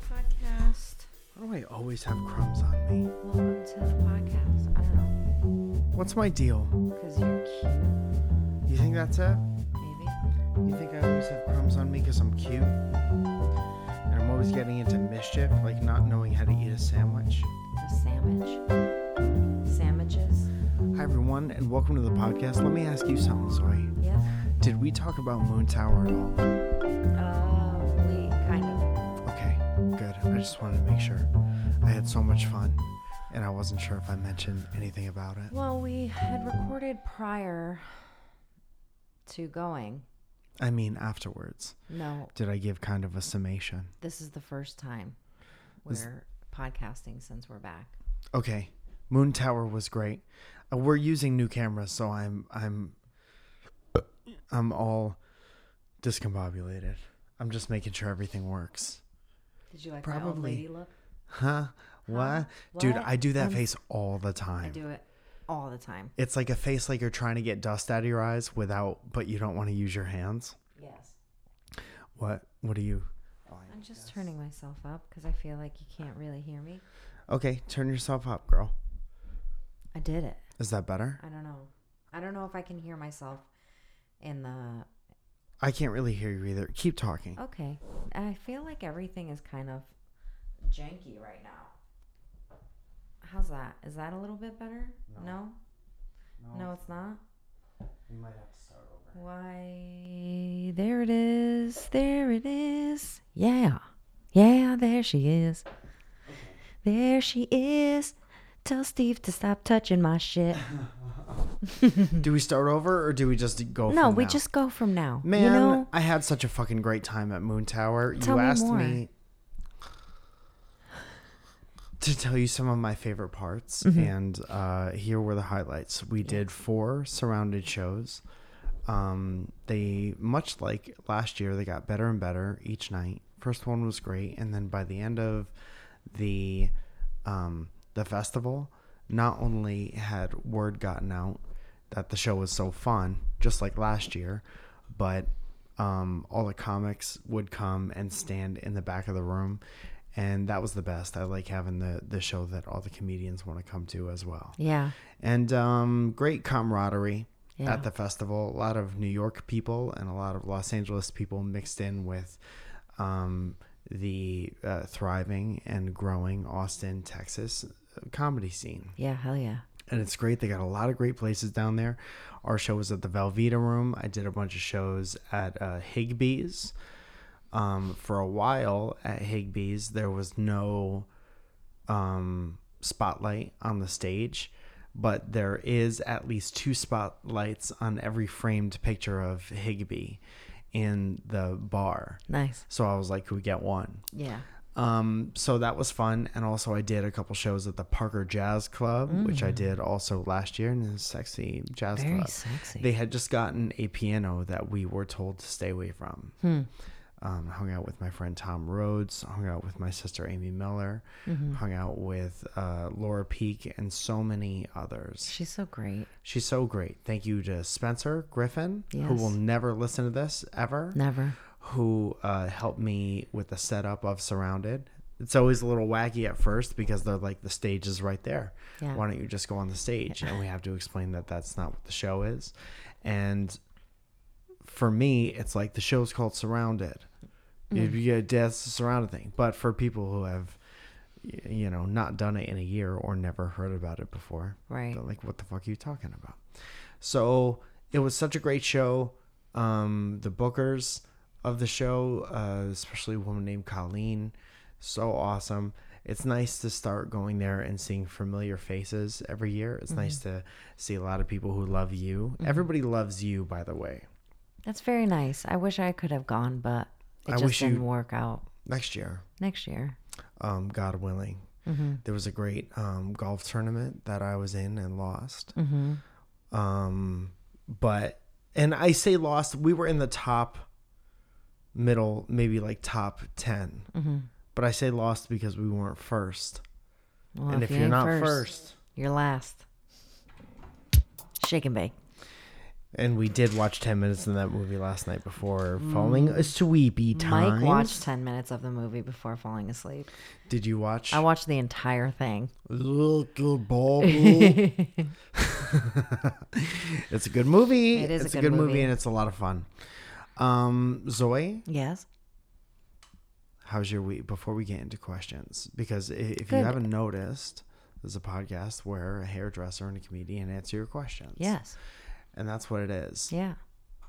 podcast. Why do I always have crumbs on me? Welcome to the podcast. I don't know, What's my deal? because you're cute, You think that's it? maybe. You think I always have crumbs on me because I'm cute? And I'm always getting into mischief, like not knowing how to eat a sandwich? A sandwich. Sandwiches. Hi, everyone, and welcome to the podcast. Let me ask you something, Zoe. Yep. Did we talk about Moon Tower at all? Uh, we kind of. Okay, good. I just wanted to make sure. I had so much fun, and I wasn't sure if I mentioned anything about it. Well, we had recorded prior to going. I mean, afterwards. No, Did I give kind of a summation? this is the first time we're This- podcasting since we're back. Okay, Moon Tower was great. Uh, we're using new cameras, so I'm I'm I'm all discombobulated. I'm just making sure everything works. Did you like my old Probably. lady look? Huh? What? Dude, What? I do that Um, face all the time. I do it all the time. It's like a face like you're trying to get dust out of your eyes without, but you don't want to use your hands. Yes. What? What do you? I'm just turning myself up because I feel like you can't really hear me. Okay, turn yourself up, girl. I did it. Is that better? I don't know. I don't know if I can hear myself in the. I can't really hear you either. Keep talking. Okay. I feel like everything is kind of janky right now. How's that? Is that a little bit better? No. Oh, No, it's not. we might have to start over. Why? There it is. There it is. Yeah. Yeah, there she is. There she is. Tell Steve to stop touching my shit. Do we start over or do we just go? No, from we now? just go from now. Man, you know, I had such a fucking great time at Moon Tower. Tell you me asked more. me to tell you some of my favorite parts, Mm-hmm. and uh, here were the highlights. We did four surrounded shows. Um, they much like last year, they got better and better each night. First one was great, and then by the end of the um, the festival, not only had word gotten out that the show was so fun, just like last year, but um, all the comics would come and stand in the back of the room, and that was the best. I like having the the show that all the comedians want to come to as well yeah. and um, great camaraderie Yeah. at the festival. A lot of New York people and a lot of Los Angeles people mixed in with um, the uh, thriving and growing Austin, Texas uh, comedy scene Yeah, hell yeah. and it's great. They got a lot of great places down there. Our show was at the Velveeta Room. I did a bunch of shows at uh, Higbee's. Um, for a while at Higbee's, there was no um, spotlight on the stage, but there is at least two spotlights on every framed picture of Higbee in the bar. Nice. So I was like, could we get one? Yeah. Um, so that was fun, and also I did a couple shows at the Parker Jazz Club, which I did also last year, and it's sexy jazz Mm. Very club. sexy. They had just gotten a piano that we were told to stay away from. Hmm. Um, hung out with my friend Tom Rhodes, hung out with my sister Amy Miller, Mm-hmm. hung out with uh, Laura Peak, and so many others. She's so great. She's so great. Thank you to Spencer Griffin, who will Yes. never listen to this ever Never. who uh, helped me with the setup of Surrounded. It's always a little wacky at first because they're like, the stage is right there. Yeah. Why don't you just go on the stage? And we have to explain that that's not what the show is. And for me, it's like the show's called Surrounded. You- you- that's the Surrounded thing. But for people who have, y- you know, not done it in a year or never heard about it before, Right. they're like, what the fuck are you talking about? So it was such a great show. Um, the bookers of the show, uh, especially a woman named Colleen, so awesome. It's nice to start going there and seeing familiar faces every year. It's nice to see a lot of people who love you. Everybody loves you, by the way. That's very nice. I wish I could have gone, but it I just wish you- didn't work out. Next year, Next year. um, God willing. Mm-hmm. There was a great um, golf tournament that I was in and lost. Mm-hmm. Um, but and I say lost. We were in the top, middle, maybe like top 10 Mm-hmm. But I say lost because we weren't first. Well, and if, you're ain't not first, you're last. Shake and bake. And we did watch 10 minutes of that movie last night before falling asleep. Time. Mm. Mike watched 10 minutes of the movie before falling asleep. Did you watch I watched the entire thing. Little Bobble? it's a good movie. It is a it's good movie. and it's a lot of fun. Um, Zoe, Yes. how's your week? Before we get into questions, because i- if you Good. haven't noticed, there's a podcast where a hairdresser and a comedian answer your questions. Yes. and that's what it is. Yeah.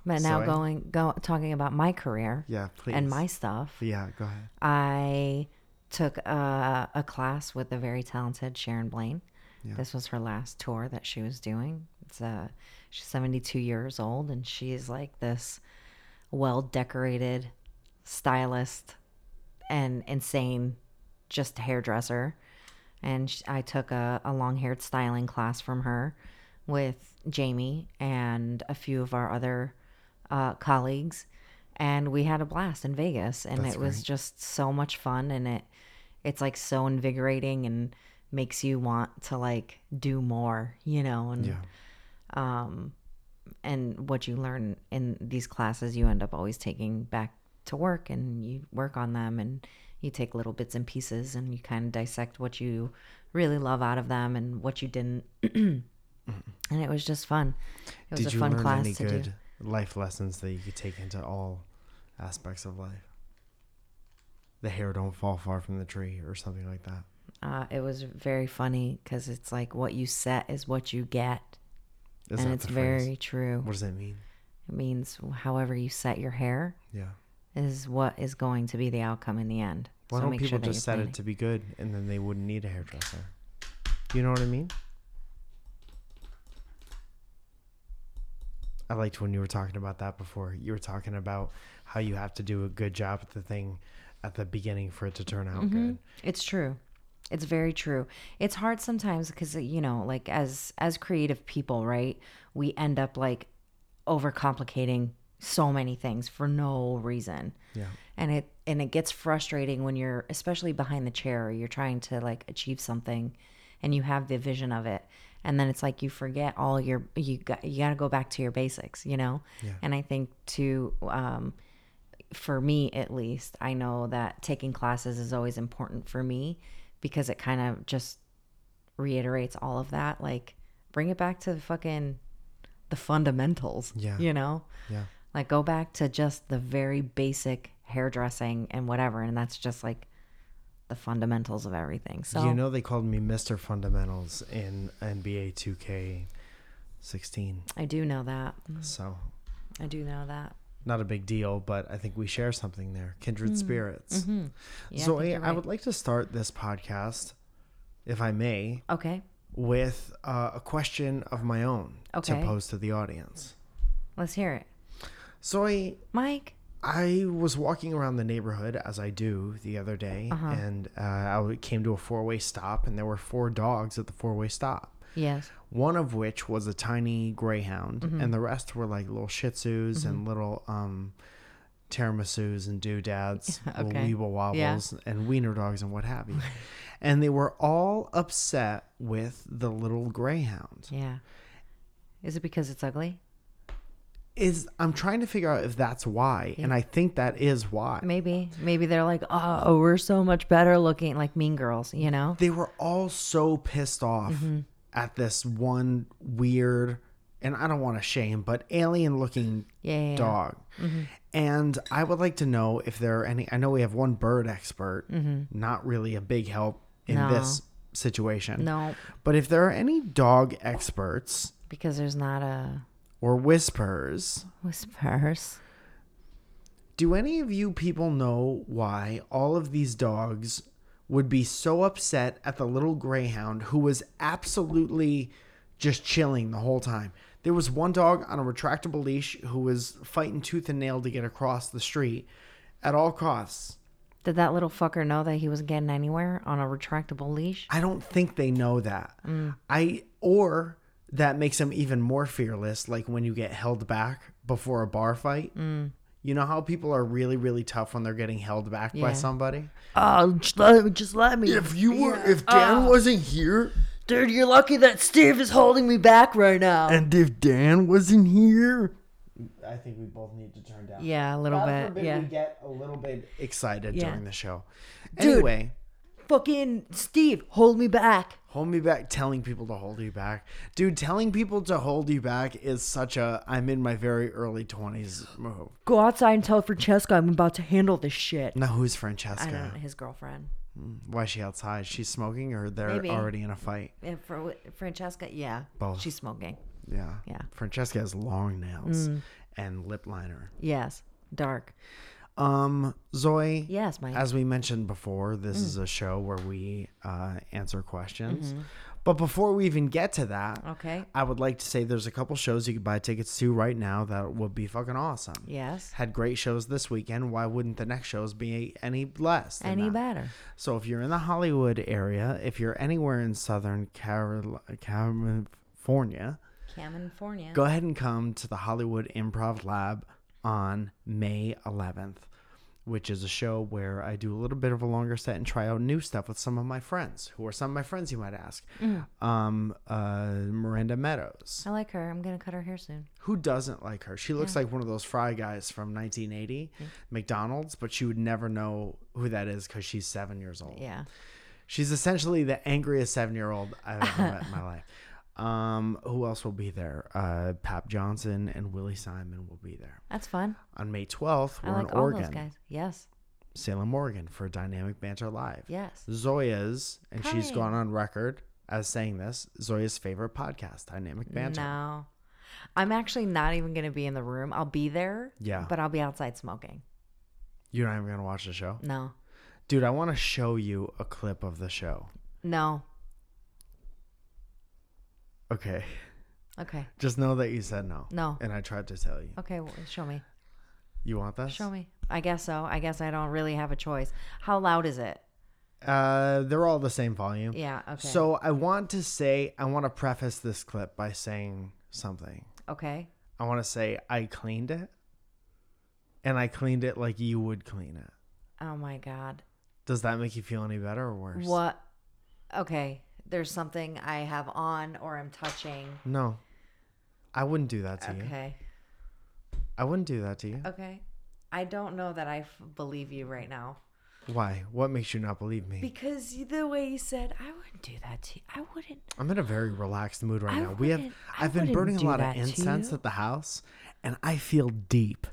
But now Sorry? going go talking about my career Yeah, please. and my stuff. yeah, go ahead. I took a, a class with the very talented Sharon Blaine. Yeah. This was her last tour that she was doing. It's uh she's 72 years old and she's like this well decorated stylist and insane just hairdresser. And sh I took a, a long haired styling class from her with Jamie and a few of our other uh, colleagues. And we had a blast in Vegas. And That's it was great. just so much fun. And it, it's like so invigorating and makes you want to like do more, you know? And Yeah, and what you learn in these classes you end up always taking back to work and you work on them and you take little bits and pieces and you kind of dissect what you really love out of them and what you didn't and it was just fun it was Mm-hmm. did a you fun learn class any to good do life lessons that you could take into all aspects of life? The hair don't fall far from the tree, or something like that. uh, it was very funny because it's like what you set is what you get Is and that it's the phrase? very true What does that mean? it means however you set your hair Yeah. is what is going to be the outcome in the end Why so don't make people sure that you're just set planning. it to be good and then they wouldn't need a hairdresser? You know what I mean? I liked when you were talking about that before. You were talking about how you have to do a good job at the thing at the beginning for it to turn out Mm-hmm. good. It's true. It's very true. It's hard sometimes because you know, like as as creative people, right? We end up like overcomplicating so many things for no reason. Yeah. And it and it gets frustrating when you're especially behind the chair or you're trying to like achieve something and you have the vision of it and then it's like you forget all your you got you got to go back to your basics, you know? Yeah. And I think to um for me at least, I know that taking classes is always important for me because it kind of just reiterates all of that. Like, bring it back to the fucking the fundamentals. Yeah. You know? Yeah. Like go back to just the very basic hairdressing and whatever. And that's just like the fundamentals of everything. So You know they called me Mr. Fundamentals in NBA 2K16. I do know that. So, I do know that. not a big deal, but I think we share something there. Kindred spirits. Hmm. Mm-hmm. Yeah, I Zoe, think I, you're right. would like to start this podcast, if I may, Okay. with uh, a question of my own Okay. to pose to the audience. Let's hear it. Zoe, Mike. I was walking around the neighborhood as I do the other day, Uh-huh. and uh, I w- came to a four way stop, and there were four dogs at the four way stop. Yes. One of which was a tiny greyhound, Mm-hmm. and the rest were like little Shih Tzus and little um, tiramisus and doodads, little Okay. weeble wobbles, Yeah. and wiener dogs and what have you. and they were all upset with the little greyhound. Yeah. Is it because it's ugly? Is I'm trying to figure out if that's why, and I think that is why. Maybe. Maybe they're like, oh, we're so much better looking, like mean girls, you know? they were all so pissed off Mm-hmm. at this one weird and I don't want to shame, but alien looking Yeah, yeah, Mm-hmm. yeah. dog. And I would like to know if there are any I know we have one bird expert, not really a big help in Mm-hmm. No. this situation. No, But if there are any dog experts because there's not a or whisperers, whispers. do any of you people know why all of these dogs would be so upset at the little greyhound who was absolutely just chilling the whole time? There was one dog on a retractable leash who was fighting tooth and nail to get across the street at all costs. Did that little fucker know that he was getting anywhere on a retractable leash? I don't think they know that. I or that makes them even more fearless. Like when you get held back before a bar fight. You know how people are really, really tough when they're getting held back by Yeah. somebody. Oh, just let, just let me. If you were, if Dan wasn't here, Dude, you're lucky that Steve is holding me back right now. And if Dan wasn't here, I think we both need to turn down. yeah, a little God bit. forbid Yeah. we get a little bit excited Yeah. during the show. Dude. Anyway, Fucking Steve, hold me back. hold me back. Telling people to hold you back, dude. Telling people to hold you back is such a I'm in my very early twenties move. Go outside and tell Francesca I'm about to handle this shit. Now who's I don't know, Francesca? his girlfriend. Why is she outside? She's smoking, or they're Maybe. already in a fight. Yeah, for Francesca, yeah. Both. She's smoking. Yeah. Yeah. Mm. Francesca has long nails and lip liner. Yes. Dark. Um, Zoe. Yes, Mike. As we mentioned before, this is Mm. a show where we uh, answer questions. But before we even get to that, Mm-hmm. Okay. I would like to say there's a couple shows you can buy tickets to right now that would be fucking awesome. Yes. Had great shows this weekend. Why wouldn't the next shows be any less? than Any that? better. So if you're in the Hollywood area, if you're anywhere in Southern Carol- California, California. go ahead and come to the Hollywood Improv Lab on May 11th, which is a show where I do a little bit of a longer set and try out new stuff with some of my friends. Who are some of my friends, you might ask? Um, uh, Miranda Meadows. I like her. I'm gonna cut her hair soon. Who doesn't like her? She looks like one of those fry guys from 1980, McDonald's, but she would never know who that is because she's seven years old. Yeah. She's essentially the angriest seven year old I've ever met in my life. Um, who else will be there? Uh, Pap Johnson and Willie Simon will be there. That's fun. On May 12th, we're I like in all Oregon, those guys. Yes. Salem, Oregon, for Dynamic Banter Live. Yes. Zoya's, and she's Hi. gone on record as saying this Zoya's favorite podcast, Dynamic Banter. No. I'm actually not even gonna be in the room. I'll be there. Yeah. But I'll be outside smoking. You're not even going to watch the show? No. Dude, I want to show you a clip of the show. No. Okay. Okay. Just know that you said no. No. And I tried to tell you. Okay. Well, show me. You want this? Show me. I guess so. I guess I don't really have a choice. How loud is it? Uh, they're all the same volume. Yeah. Okay. So I want to say, I want to preface this clip by saying something. Okay. I want to say, I cleaned it. And I cleaned it like you would clean it. Oh my God. Does that make you feel any better or worse? What? Okay. There's something I have on or I'm touching. No. I wouldn't do that to you. Okay. I wouldn't do that to you. Okay. I don't know that I f- believe you right now Why? What makes you not believe me? because you- the way you said, I wouldn't do that to you. I wouldn't. I'm in a very relaxed mood right I now. We have wouldn't- I I've been wouldn't burning a do lot that of to incense you. at the house and I feel deep.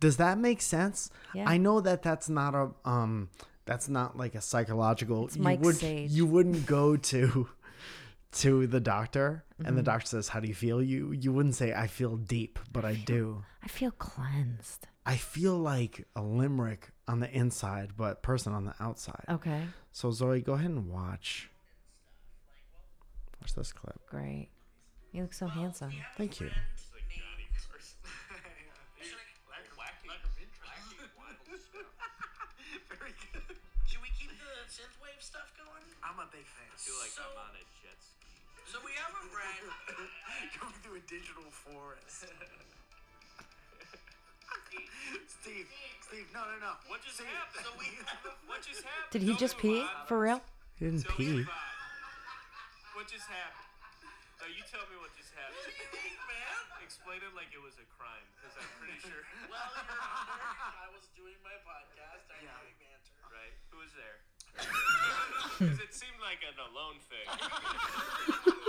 Does that make sense? Yeah. I know that that's not a um that's not like a psychological you Mike would Sage. you wouldn't go to to the doctor and Mm-hmm. the doctor says how do you feel? You you wouldn't say I feel deep, but I do. I feel cleansed. I feel like a limerick on the inside but person on the outside. Okay. So Zoe, go ahead and watch watch this clip. Great. You look so handsome. Thank you. Very good. Should we keep the synthwave stuff going? I'm a big fan. I feel like So- I'm on a jet ski. So we have a brand. Going through a digital forest. Steve, Steve, no, no, no. What just happened? So we what just happened? Did he Don't just move pee? on. For real? He didn't Tell pee. me about it. What just happened? No, you tell me what just happened. What do you think, man? Explain it like it was a crime, because I'm pretty sure. Well, Your Honor, I was doing my podcast, Dynamic Banter. Right? Who was there? Because it seemed like an alone thing.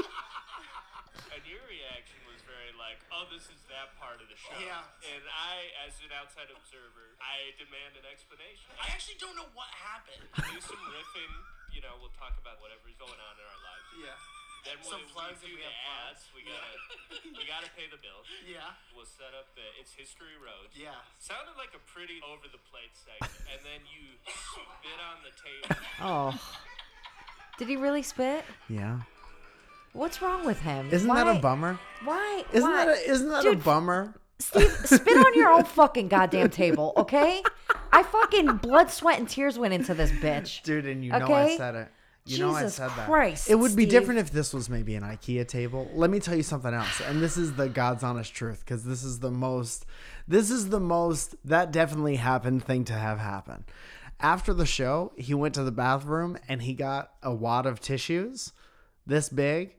and your reaction was very like, oh, this is that part of the show. Yeah. And I, as an outside observer, I demand an explanation. I actually don't know what happened. do some riffing. You know, we'll talk about whatever's going on in our lives. Yeah. Then Some when plugs if we do we the have ads, we gotta we gotta pay the bills. Yeah. We'll set up the it's history road. Yeah. Sounded like a pretty over the plate segment, and then you spit on the table. Oh. Did he really spit? Yeah. What's wrong with him? Isn't that a Why- bummer? Why? Isn't why? that a, isn't that Dude, a bummer? Steve, spit on your own fucking goddamn table, okay? I fucking blood, sweat, and tears went into this bitch. Dude, and you know I Okay? said it. You know I Jesus said that. Christ, it would be Steve. different if this was maybe an IKEA table. Let me tell you something else. And this is the God's honest truth cuz this is the most this is the most that definitely happened thing to have happen. After the show, he went to the bathroom and he got a wad of tissues this big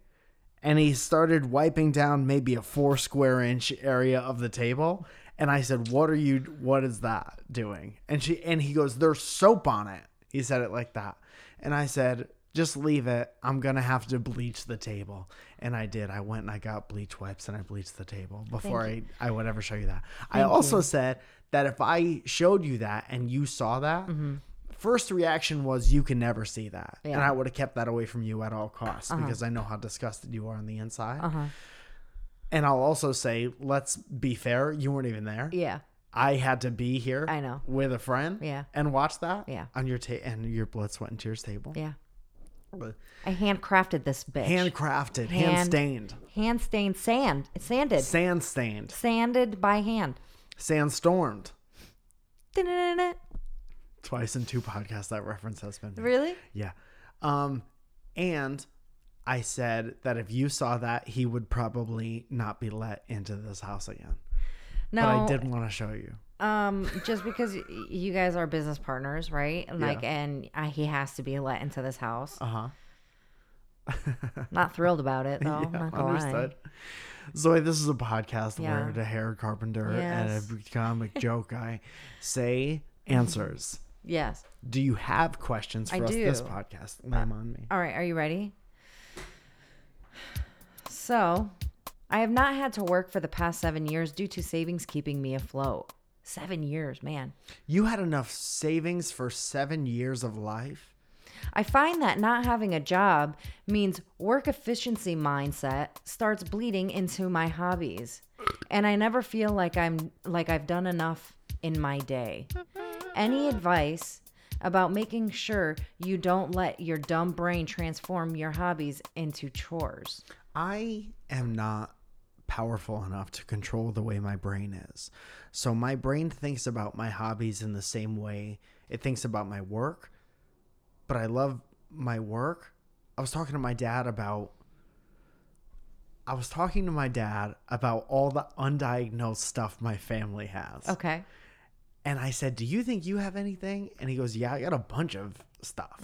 and he started wiping down maybe a four square inch area of the table. And I said, What are you what is that doing? And she and he goes, There's soap on it. He said it like that. And I said, just leave it. I'm gonna have to bleach the table. And I did. I went and I got bleach wipes and I bleached the table before I, I would ever show you that. I also said that if I showed you that and you saw that, first reaction was you can never see that and Yeah. i would have kept that away from you at all costs because i know how disgusted you are on the inside Uh-huh. and i'll also say let's be fair you weren't even there Yeah. i had to be here I know. with a friend Yeah. and watch that Yeah. on your ta- and your blood sweat and tears table Yeah. But I handcrafted this bitch. handcrafted Hand- hand stained Hand stained sand. It's sanded. sand stained Sanded by hand. sand stormed Da-da-da-da. twice in two podcasts that reference has been made. Really? Yeah. Um, and I said that if you saw that, he would probably not be let into this house again. No. But I did want to show you. Um, just because y- you guys are business partners, right? And, Like, and uh, he has to be let into this house. Uh huh. Not thrilled about it though. I'm not gonna lie. understood. Zoe, this is a podcast Yeah. where the hair carpenter Yes. and a comic joke guy say answers. Yes. Do you have questions for I us this do. podcast? Lay 'em on me. All right. Are you ready? So, I have not had to work for the past seven years due to savings keeping me afloat. Seven years, man. You had enough savings for seven years of life? I find that not having a job means work efficiency mindset starts bleeding into my hobbies. And I never feel like I'm like I've done enough in my day. Any advice about making sure you don't let your dumb brain transform your hobbies into chores? I am not powerful enough to control the way my brain is. So my brain thinks about my hobbies in the same way it thinks about my work, but I love my work. I was talking to my dad about I was talking to my dad about all the undiagnosed stuff my family has. Okay. And I said, Do you think you have anything? And he goes, Yeah, I got a bunch of stuff.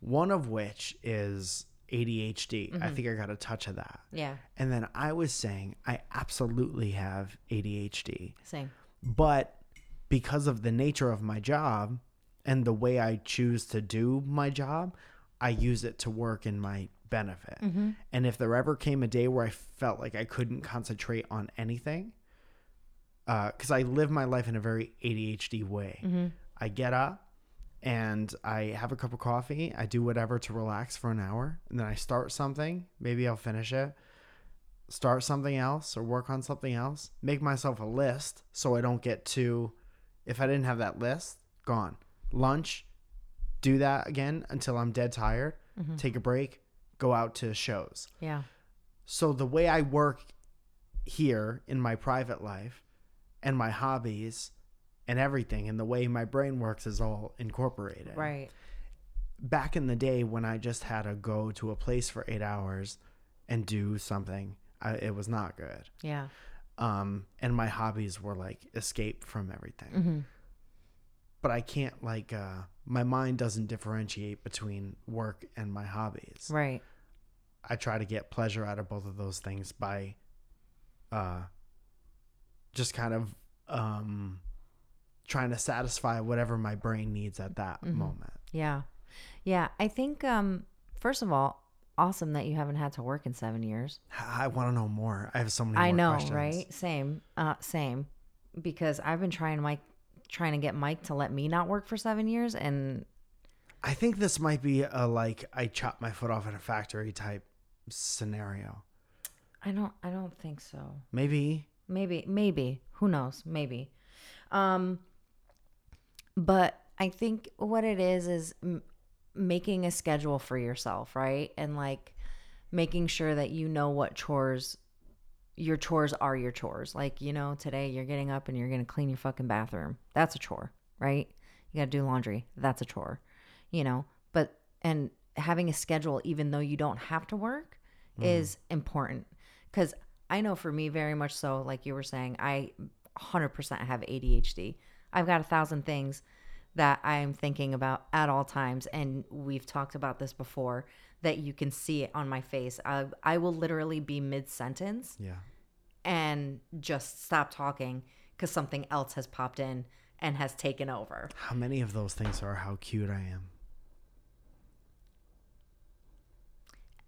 One of which is ADHD. I think I got a touch of that. Yeah. And then I was saying, I absolutely have ADHD. Same. But because of the nature of my job and the way I choose to do my job, I use it to work in my benefit. And if there ever came a day where I felt like I couldn't concentrate on anything, because I live my life in a very ADHD way, I get up and I have a cup of coffee. I do whatever to relax for an hour. And then I start something. Maybe I'll finish it start something else or work on something else, make myself a list so I don't get too if I didn't have that list, gone. Lunch, do that again until I'm dead tired, take a break, go out to shows. Yeah. So the way I work here in my private life and my hobbies and everything and the way my brain works is all incorporated Right. back in the day when I just had to go to a place for eight hours and do something, I, it was not good. Yeah. Um, and my hobbies were like escape from everything. Mm-hmm. But I can't like uh, my mind doesn't differentiate between work and my hobbies. Right. I try to get pleasure out of both of those things by uh just kind of um trying to satisfy whatever my brain needs at that Mm-hmm. moment. Yeah. Yeah. I think um first of all, awesome that you haven't had to work in seven years. I want to know more. I have so many I more know, questions. right? Same, uh, same, because I've been trying Mike, trying to get Mike to let me not work for seven years, and I think this might be a like I chop my foot off in a factory type scenario. I don't, I don't think so. Maybe Maybe, maybe, who knows? Maybe, um, but I think what it is is m- making a schedule for yourself, right? And like making sure that you know what chores your chores are your chores. Like, you know, today you're getting up and you're going to clean your fucking bathroom. That's a chore, right? You got to do laundry. That's a chore, you know? But, and having a schedule, even though you don't have to work, is important. Cause I know for me, very much so, like you were saying, I 100% have ADHD. I've got a thousand things that I'm thinking about at all times. And we've talked about this before that you can see it on my face. I, I will literally be mid sentence Yeah. and just stop talking because something else has popped in and has taken over. How many of those things are how cute I am?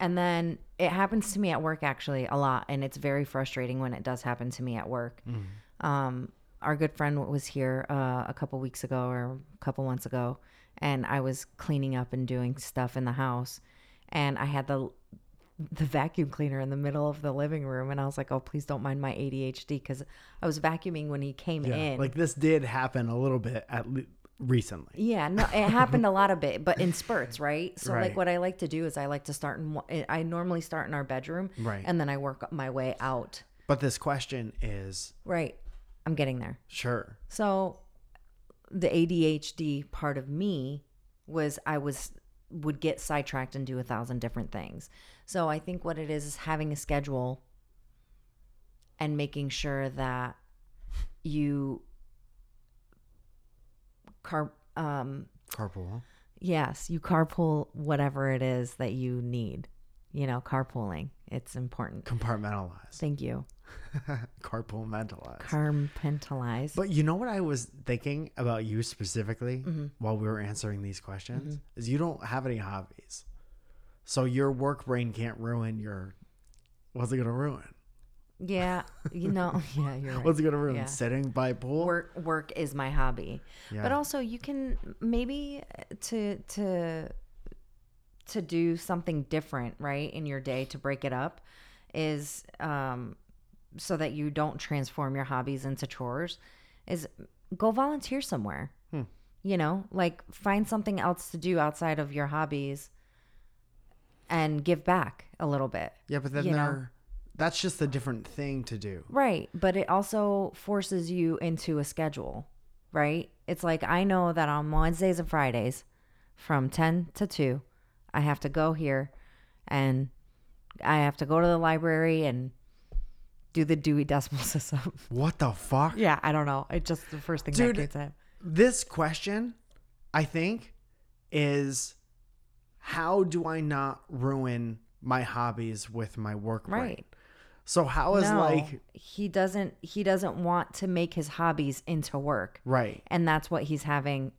And then it happens to me at work actually a lot, and it's very frustrating when it does happen to me at work. Um, our good friend was here uh, a couple weeks ago or a couple months ago, and I was cleaning up and doing stuff in the house, and I had the the vacuum cleaner in the middle of the living room, and I was like, "Oh, please don't mind my ADHD," because I was vacuuming when he came Yeah. in. Like this did happen a little bit at le- recently. Yeah, no, it happened a lot of bit, but in spurts, right? So Right. like, what I like to do is I like to start in. one- I normally start in our bedroom, Right. and then I work my way out. But this question is Right, I'm getting there. sure. So, the ADHD part of me was I was would get sidetracked and do a thousand different things. So I think what it is is having a schedule and making sure that you car um Carpool. Yes, you carpool whatever it is that you need. You know, carpooling. It's important. Compartmentalized. Thank you. Carpool mentalized. Carpentalize. But you know what I was thinking about you specifically Mm-hmm. while we were answering these questions is you don't have any hobbies, so your work brain can't ruin your. What's it gonna ruin? yeah, you know, yeah, you're right. What's it gonna ruin? Yeah. Sitting by a pool. work work is my hobby. But Yeah. also you can maybe to to to do something different, right, in your day to break it up is um so that you don't transform your hobbies into chores is go volunteer somewhere. You know, like find something else to do outside of your hobbies and give back a little bit. Yeah, but then you know. there, that's just a different thing to do. Right. But it also forces you into a schedule, right? It's like I know that on Wednesdays and Fridays from 10 to 2, I have to go here and I have to go to the library and do the Dewey Decimal System. What the fuck? yeah, I don't know. It's just the first thing Dude, that came to mind. This question, I think, is how do I not ruin my hobbies with my work brain? Right. So how is No, like he doesn't he doesn't want to make his hobbies into work. right? And that's what he's having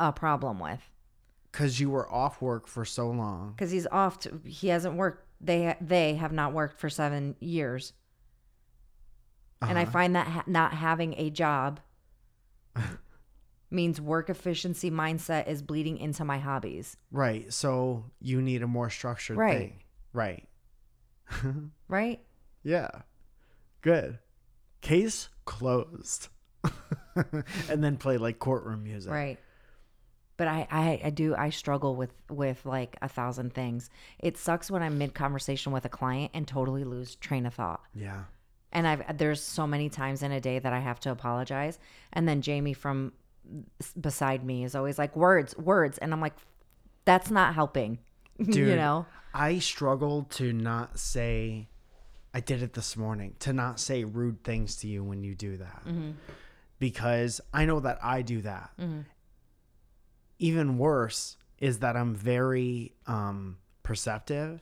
a problem with. because you were off work for so long. because he's off. To, he hasn't worked. They they have not worked for seven years, and I Uh-huh. find that ha- not having a job means work efficiency mindset is bleeding into my hobbies. right. So you need a more structured Right. thing. Right. Right? Yeah. Good. Case closed. and then play like courtroom music. Right. But I, I, I do I struggle with with like a thousand things. It sucks when I'm mid conversation with a client and totally lose train of thought. Yeah. and I've there's so many times in a day that I have to apologize, and then Jamie from s- beside me is always like words, words, and I'm like, that's not helping, you Dude. know? I struggled to not say, I did it this morning, to not say rude things to you when you do that. Mm-hmm. Because I know that I do that. Even worse is that I'm very um, perceptive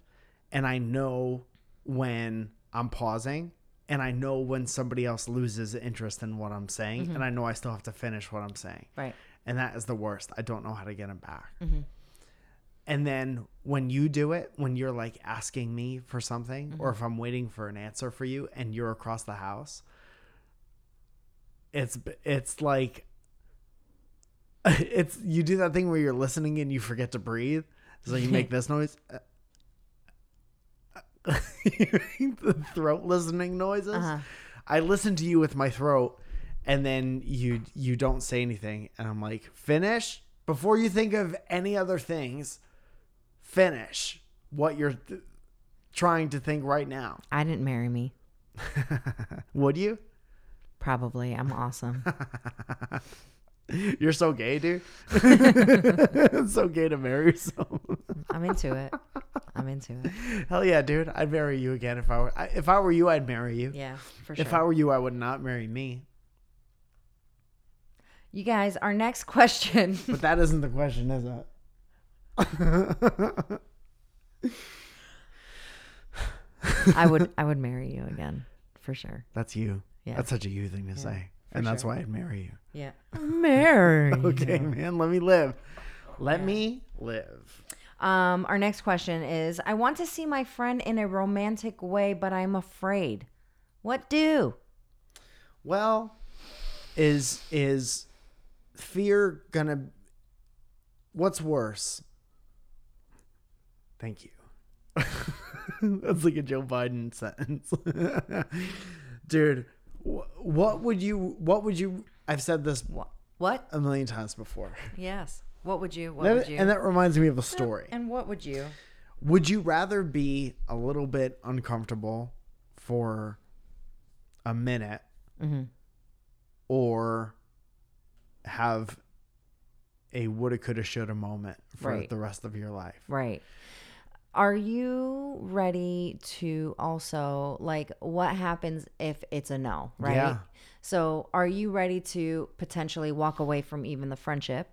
and I know when I'm pausing and I know when somebody else loses interest in what I'm saying Mm-hmm. and I know I still have to finish what I'm saying Right. and that is the worst. I don't know how to get him back. And then when you do it, when you're like asking me for something, or if I'm waiting for an answer for you, and you're across the house, it's it's like it's you do that thing where you're listening and you forget to breathe, so you make this noise. You make the throat listening noises. Uh-huh. I listen to you with my throat, and then you you don't say anything, and I'm like, finish before you think of any other things. Finish what you're th- trying to think right now. I didn't marry me. Would you? Probably. I'm awesome. You're so gay, dude. it's so gay to marry someone. I'm into it. I'm into it. Hell yeah, dude. I'd marry you again if I were I, if I were you. I'd marry you. Yeah, for sure. if I were you, I would not marry me. You guys, our next question. But that isn't the question, is it? I would I would marry you again for sure. that's you. Yeah. That's such a you thing to say. And that's why I'd marry you. Yeah. Marry. Okay, man, let me live. Let me live. Um, our next question is I want to see my friend in a romantic way, but I'm afraid. What do? Well, is is fear gonna what's worse? Thank you. That's like a Joe Biden sentence. Dude, wh- what would you what would you I've said this What? What? a million times before. Yes. What would you? What would That- you? and that reminds me of a story. and what would you? Would you rather be a little bit uncomfortable for a minute or have a woulda, coulda, shoulda moment for Right. the rest of your life? Right. Are you ready to also like what happens if it's a no, right? Yeah. So, are you ready to potentially walk away from even the friendship,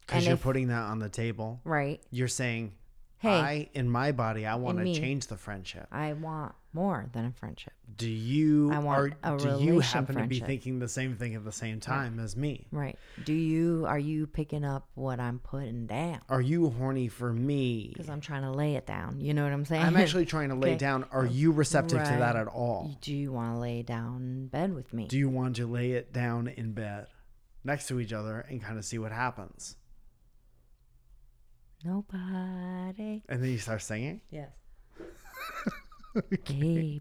Because And you're if- putting that on the table. right? You're saying, Hey. I, in my body, I want to me. change the friendship. I want more than a friendship. Do you, I want are, a do you relation happen to friendship. be thinking the same thing at the same time as me? Right. Do you are you picking up what I'm putting down? Are you horny for me? Cuz I'm trying to lay it down. You know what I'm saying? I'm actually trying to lay Okay. down. Are you receptive to that Right. at all? Do you want to lay down in bed with me? Do you want to lay it down in bed next to each other and kind of see what happens? Nobody. And then you start singing. Yes. Baby.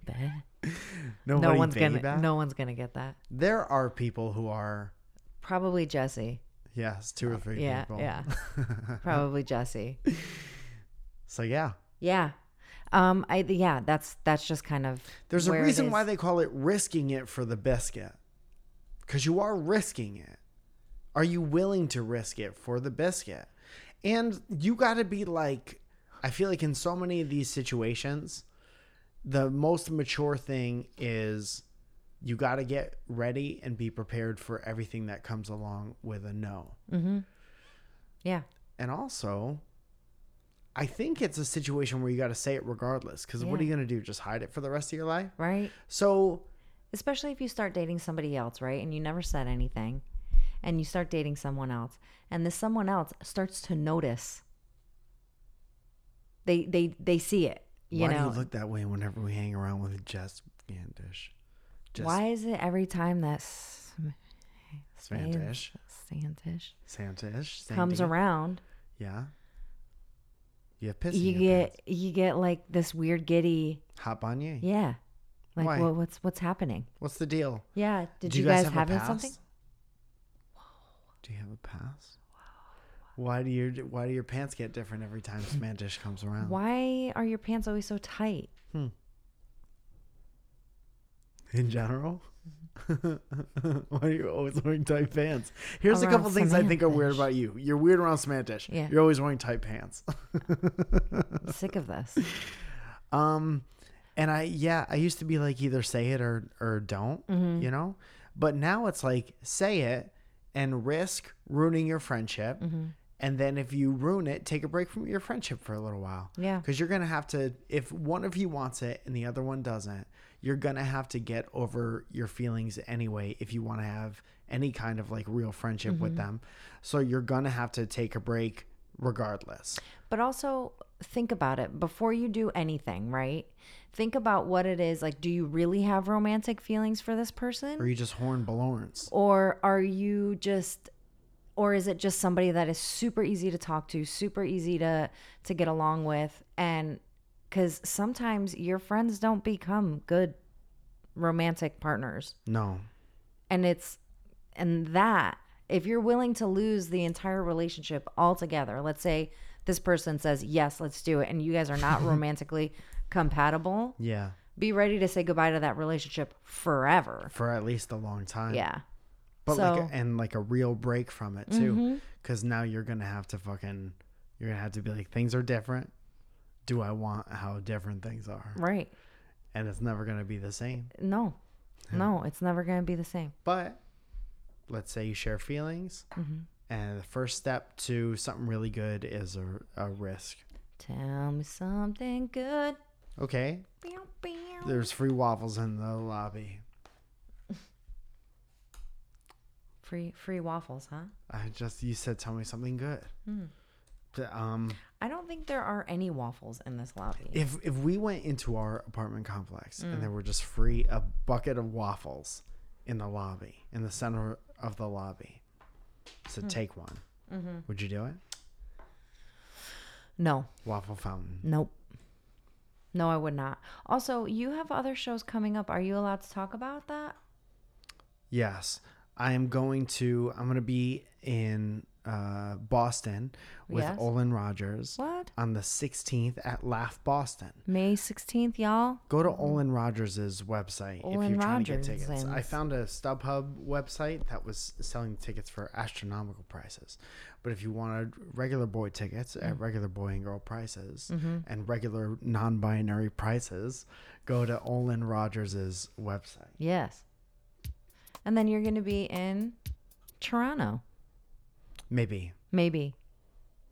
Nobody No one's baby going to back? no one's going to get that. There are people who are Probably Jesse. yes, two or three Yeah, people. yeah. Uh-huh. Probably Jesse. So yeah, Yeah. Um I yeah, that's that's just kind of there's a where it reason why is. they call it risking it for the biscuit, because you are risking it. Are you willing to risk it for the biscuit? And you got to be like, I feel like in so many of these situations, the most mature thing is you got to get ready and be prepared for everything that comes along with a no. Yeah. And also, I think it's a situation where you got to say it regardless because what are Yeah. you going to do? Just hide it for the rest of your life? Right? So, especially if you start dating somebody else, right? And you never said anything, and you start dating someone else, and this someone else starts to notice. They they they see it, you why know. do you look that way whenever we hang around with Jess Gandish? Jess Why is it every time that s- Svandish? Sandish Santish? comes Sandy? around, Yeah. You have piss. you in your get pants. you get like this weird giddy, hot banya. yeah. Like, Why? well, what's what's happening? What's the deal? Yeah, did Do you, guys, have a having past? something? Do you have a pass? Why do your why do your pants get different every time Smantish comes around? Why are your pants always so tight? In general? Why are you always wearing tight pants? Here's a Around couple things I think are weird Samantish. about you. You're weird around Smantish. Yeah. You're always wearing tight pants. I'm sick of this. Um, and I yeah, I used to be like either say it or or don't, you know. But now it's like say it and risk ruining your friendship, and then if you ruin it, take a break from your friendship for a little while. Yeah. because you're gonna have to if one of you wants it and the other one doesn't, you're gonna have to get over your feelings anyway if you want to have any kind of like real friendship with them. So you're gonna have to take a break regardless. But also think about it before you do anything, right? Think about what it is like do you really have romantic feelings for this Or person you just horn Balorns. or are you just or is it just somebody that is super easy to talk to, super easy to to get along with and cuz sometimes your friends don't become good romantic partners No, and it's and that if you're willing to lose the entire relationship altogether let's say this person says yes let's do it and you guys are not romantically compatible yeah. be ready to say goodbye to that relationship forever for at least a long time. yeah But so- Mm-hmm. like and like a real break from it too, because now you're gonna have to fucking you're gonna have to be like things are different. Do I want how different things are? right And it's never gonna be the same. no no it's never going to be the same But let's say you share feelings, Mm-hmm. and the first step to something really good is a, a risk. Tell me something good. Okay, Pew, pew. there's free waffles in the lobby. Free free waffles, huh? I just you said tell me something good. Hmm. The, Um, I don't think there are any waffles in this lobby. if if we went into our apartment complex Mm. and there were just free a bucket of waffles in the lobby in the center of the lobby, so Hmm. take one. Mm-hmm. Would you do it? no, Waffle fountain. nope. No, I would not. Also, you have other shows coming up. Are you allowed to talk about that? Yes, I am going to. I'm going to be in uh, Boston with Yes. Olin Rogers What? on the 16th at Laugh Boston. May 16th, y'all. Go to Olin Rogers' website if Mm-hmm. Olin you're trying to get Rogers tickets. I and- found a StubHub website that was selling tickets for astronomical prices. But if you wanted regular boy tickets Mm. at regular boy and girl prices Mm-hmm. and regular non binary prices, go to Olin Rogers' website. Yes. And then you're going to be in Toronto. Maybe. Maybe.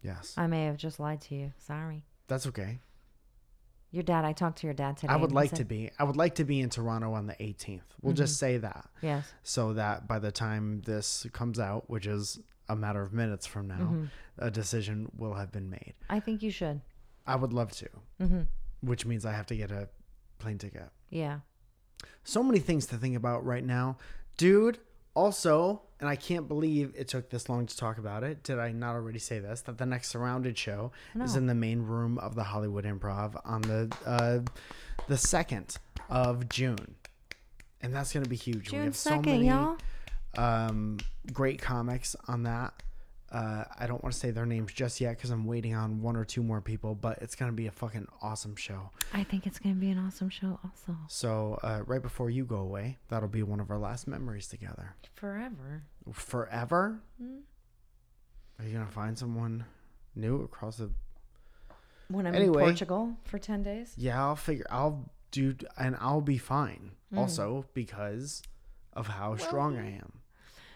Yes. I may have just lied to you. Sorry. That's okay. Your dad, I talked to your dad today. I and would he like said- to be. I would like to be in Toronto on the 18th. Mm-hmm. We'll just say that. Yes. So that by the time this comes out, which is a matter of minutes from now, Mm-hmm. a decision will have been made. I think you should. I would love to, Mm-hmm. which means I have to get a plane ticket. Yeah. So many things to think about right now. Dude, also, and I can't believe it took this long to talk about it. Did I not already say this? That the next Surrounded show is in the main room of the Hollywood Improv on the uh, the 2nd of June. And that's going to be huge. June 2nd, y'all. um, great comics on that. Uh, I don't want to say their names just yet because I'm waiting on one or two more people, but it's going to be a fucking awesome show. I think it's going to be an awesome show also. So, uh, right before you go away, that'll be one of our last memories together. Forever. Forever? Are you going to find someone new across the. When I'm Anyway. in Portugal for 10 days. Yeah, I'll figure. I'll do. And I'll be fine. Also, because of how strong I am.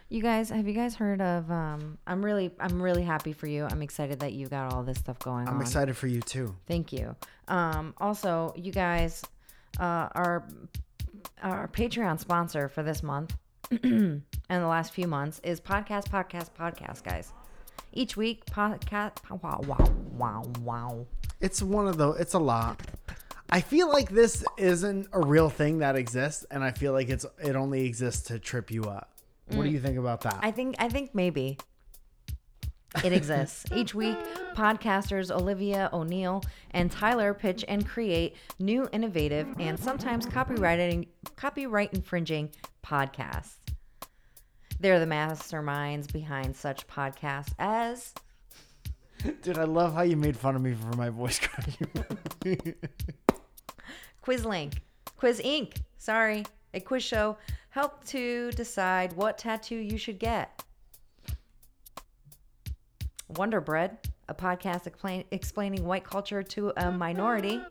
You guys, have you guys heard of um I'm really I'm really happy for you. I'm excited that you got all this stuff going on. I'm excited for you too. Thank you. Um, also, you guys, uh, our our Patreon sponsor for this month and the last few months is podcast, podcast, podcast, guys. Each week, podcast. Wow, wow, wow, wow. It's one of those. It's a lot. I feel like this isn't a real thing that exists, and I feel like it's it only exists to trip you up. What do you think about that? Mm. I think I think maybe it exists. Each week, podcasters Olivia O'Neill and Tyler pitch and create new, innovative, and sometimes copyrighting copyright infringing podcasts. They're the masterminds behind such podcasts as Dude, I love how you made fun of me for my voice cracking. Quizlink, Quiz Inc. Sorry, a quiz show help to decide what tattoo you should get. Wonder Bread, a podcast explain, explaining white culture to a minority.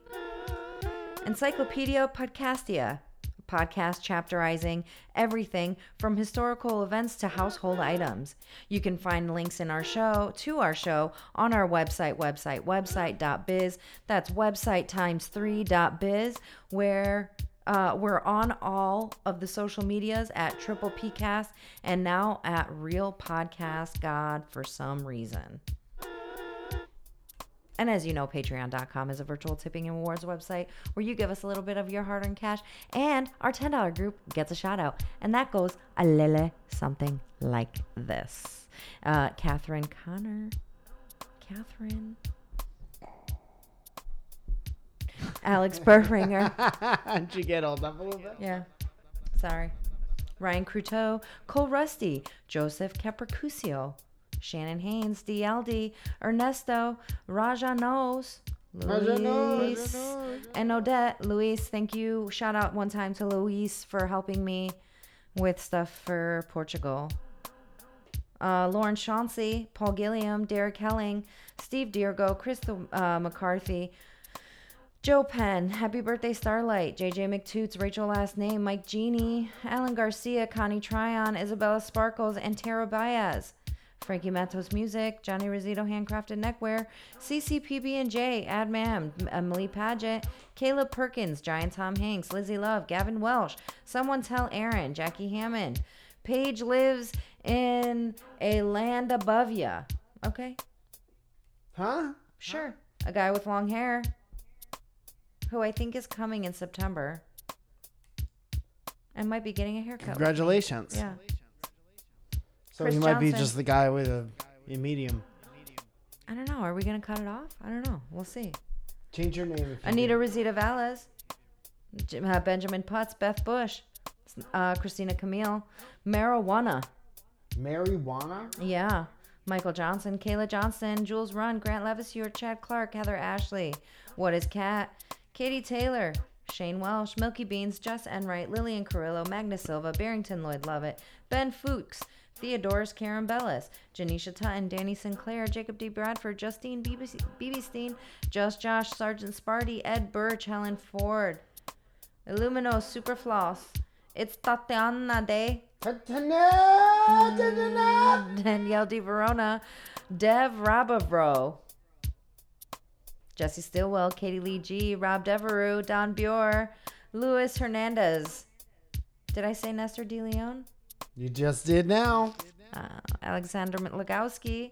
Encyclopedia Podcastia, a podcast chapterizing everything from historical events to household items. You can find links in our show to our show on our website, website, website.biz. That's website times three dot biz, where uh, we're on all of the social medias at Triple PCast and now at Real Podcast God for some reason. And as you know, patreon.com is a virtual tipping and rewards website where you give us a little bit of your hard earned cash, and our $10 group gets a shout out. And that goes a little something like this uh, Catherine Connor. Catherine. Alex Berringer. Did you get old up a little bit? Yeah. Sorry. Ryan Cruteau, Cole Rusty, Joseph Capricusio, Shannon Haynes, DLD, Ernesto, Raja Knows, Raja Knows. Luis, and Odette. Luis, thank you. Shout out one time to Luis for helping me with stuff for Portugal. Uh, Lauren Chauncey, Paul Gilliam, Derek Helling, Steve Diergo, Chris uh, McCarthy, Joe Penn, Happy Birthday Starlight, JJ McToots, Rachel Last Name, Mike Genie, Alan Garcia, Connie Tryon, Isabella Sparkles, and Tara Baez. Frankie Matos Music, Johnny Rosito Handcrafted Neckwear, CCPB&J, Admam, Emily Paget, Caleb Perkins, Giant Tom Hanks, Lizzie Love, Gavin Welsh, Someone Tell Aaron, Jackie Hammond. Paige lives in a land above ya. Okay, Huh? sure. A guy with long hair who I think is coming in September and might be getting a haircut. with- Congratulations. Yeah. So Chris he might be Johnson. just the guy with a, a medium. I don't know. Are we going to cut it off? I don't know. We'll see. Change your name. If you Anita do. Rosita Valles, Jim- uh, Benjamin Putz, Beth Bush, uh, Christina Camille, Marijuana. Marijuana. Yeah. Michael Johnson, Kayla Johnson, Jules Run, Grant Levisier, Chad Clark, Heather Ashley, What is Cat, Katie Taylor, Shane Welsh, Milky Beans, Jess Enright, Lillian Carrillo, Magna Silva, Barrington Lloyd Lovett, Ben Fuchs, Theodorus Karen Bellis, Janisha Tutton, Danny Sinclair, Jacob D. Bradford, Justine BBC Beebestein, Just Josh, Sergeant Sparty, Ed Birch, Helen Ford, Illumino, Superfloss, It's Tatiana Day. Danielle Di Verona, Dev Rabavro, Jesse Stilwell, Katie Lee G, Rob Devereaux, Don Bure, Luis Hernandez. Did I say Nestor De Leon? You just did now. Uh, Alexander Lagowski,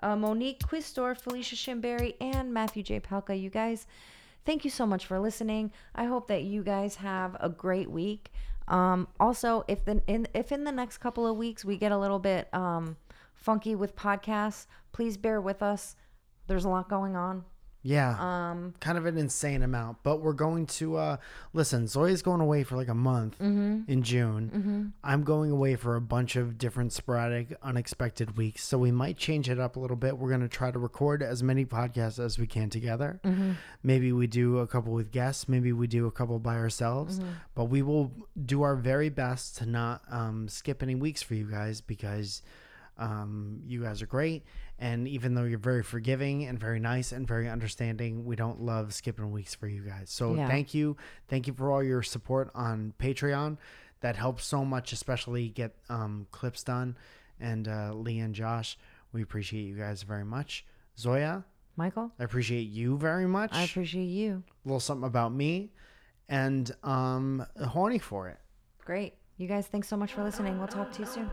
uh, Monique Quistor, Felicia Shimberry, and Matthew J. Palka. You guys, thank you so much for listening. I hope that you guys have a great week. Um, also, if the in if in the next couple of weeks we get a little bit um, funky with podcasts, please bear with us. There's a lot going on. Yeah. Um, kind of an insane amount, but we're going to uh listen. Zoe's going away for like a month in June. I'm going away for a bunch of different sporadic, unexpected weeks, so we might change it up a little bit. We're going to try to record as many podcasts as we can together. Maybe we do a couple with guests, maybe we do a couple by ourselves, but we will do our very best to not um, skip any weeks for you guys because. Um, you guys are great. And even though you're very forgiving and very nice and very understanding, we don't love skipping weeks for you guys. So Yeah. thank you. Thank you for all your support on Patreon. That helps so much, especially get um, clips done. And uh, Lee and Josh, we appreciate you guys very much. Zoya, Michael, I appreciate you very much. I appreciate you. a little something about me. And um, horny for it. Great. You guys, thanks so much for listening. We'll talk to you soon.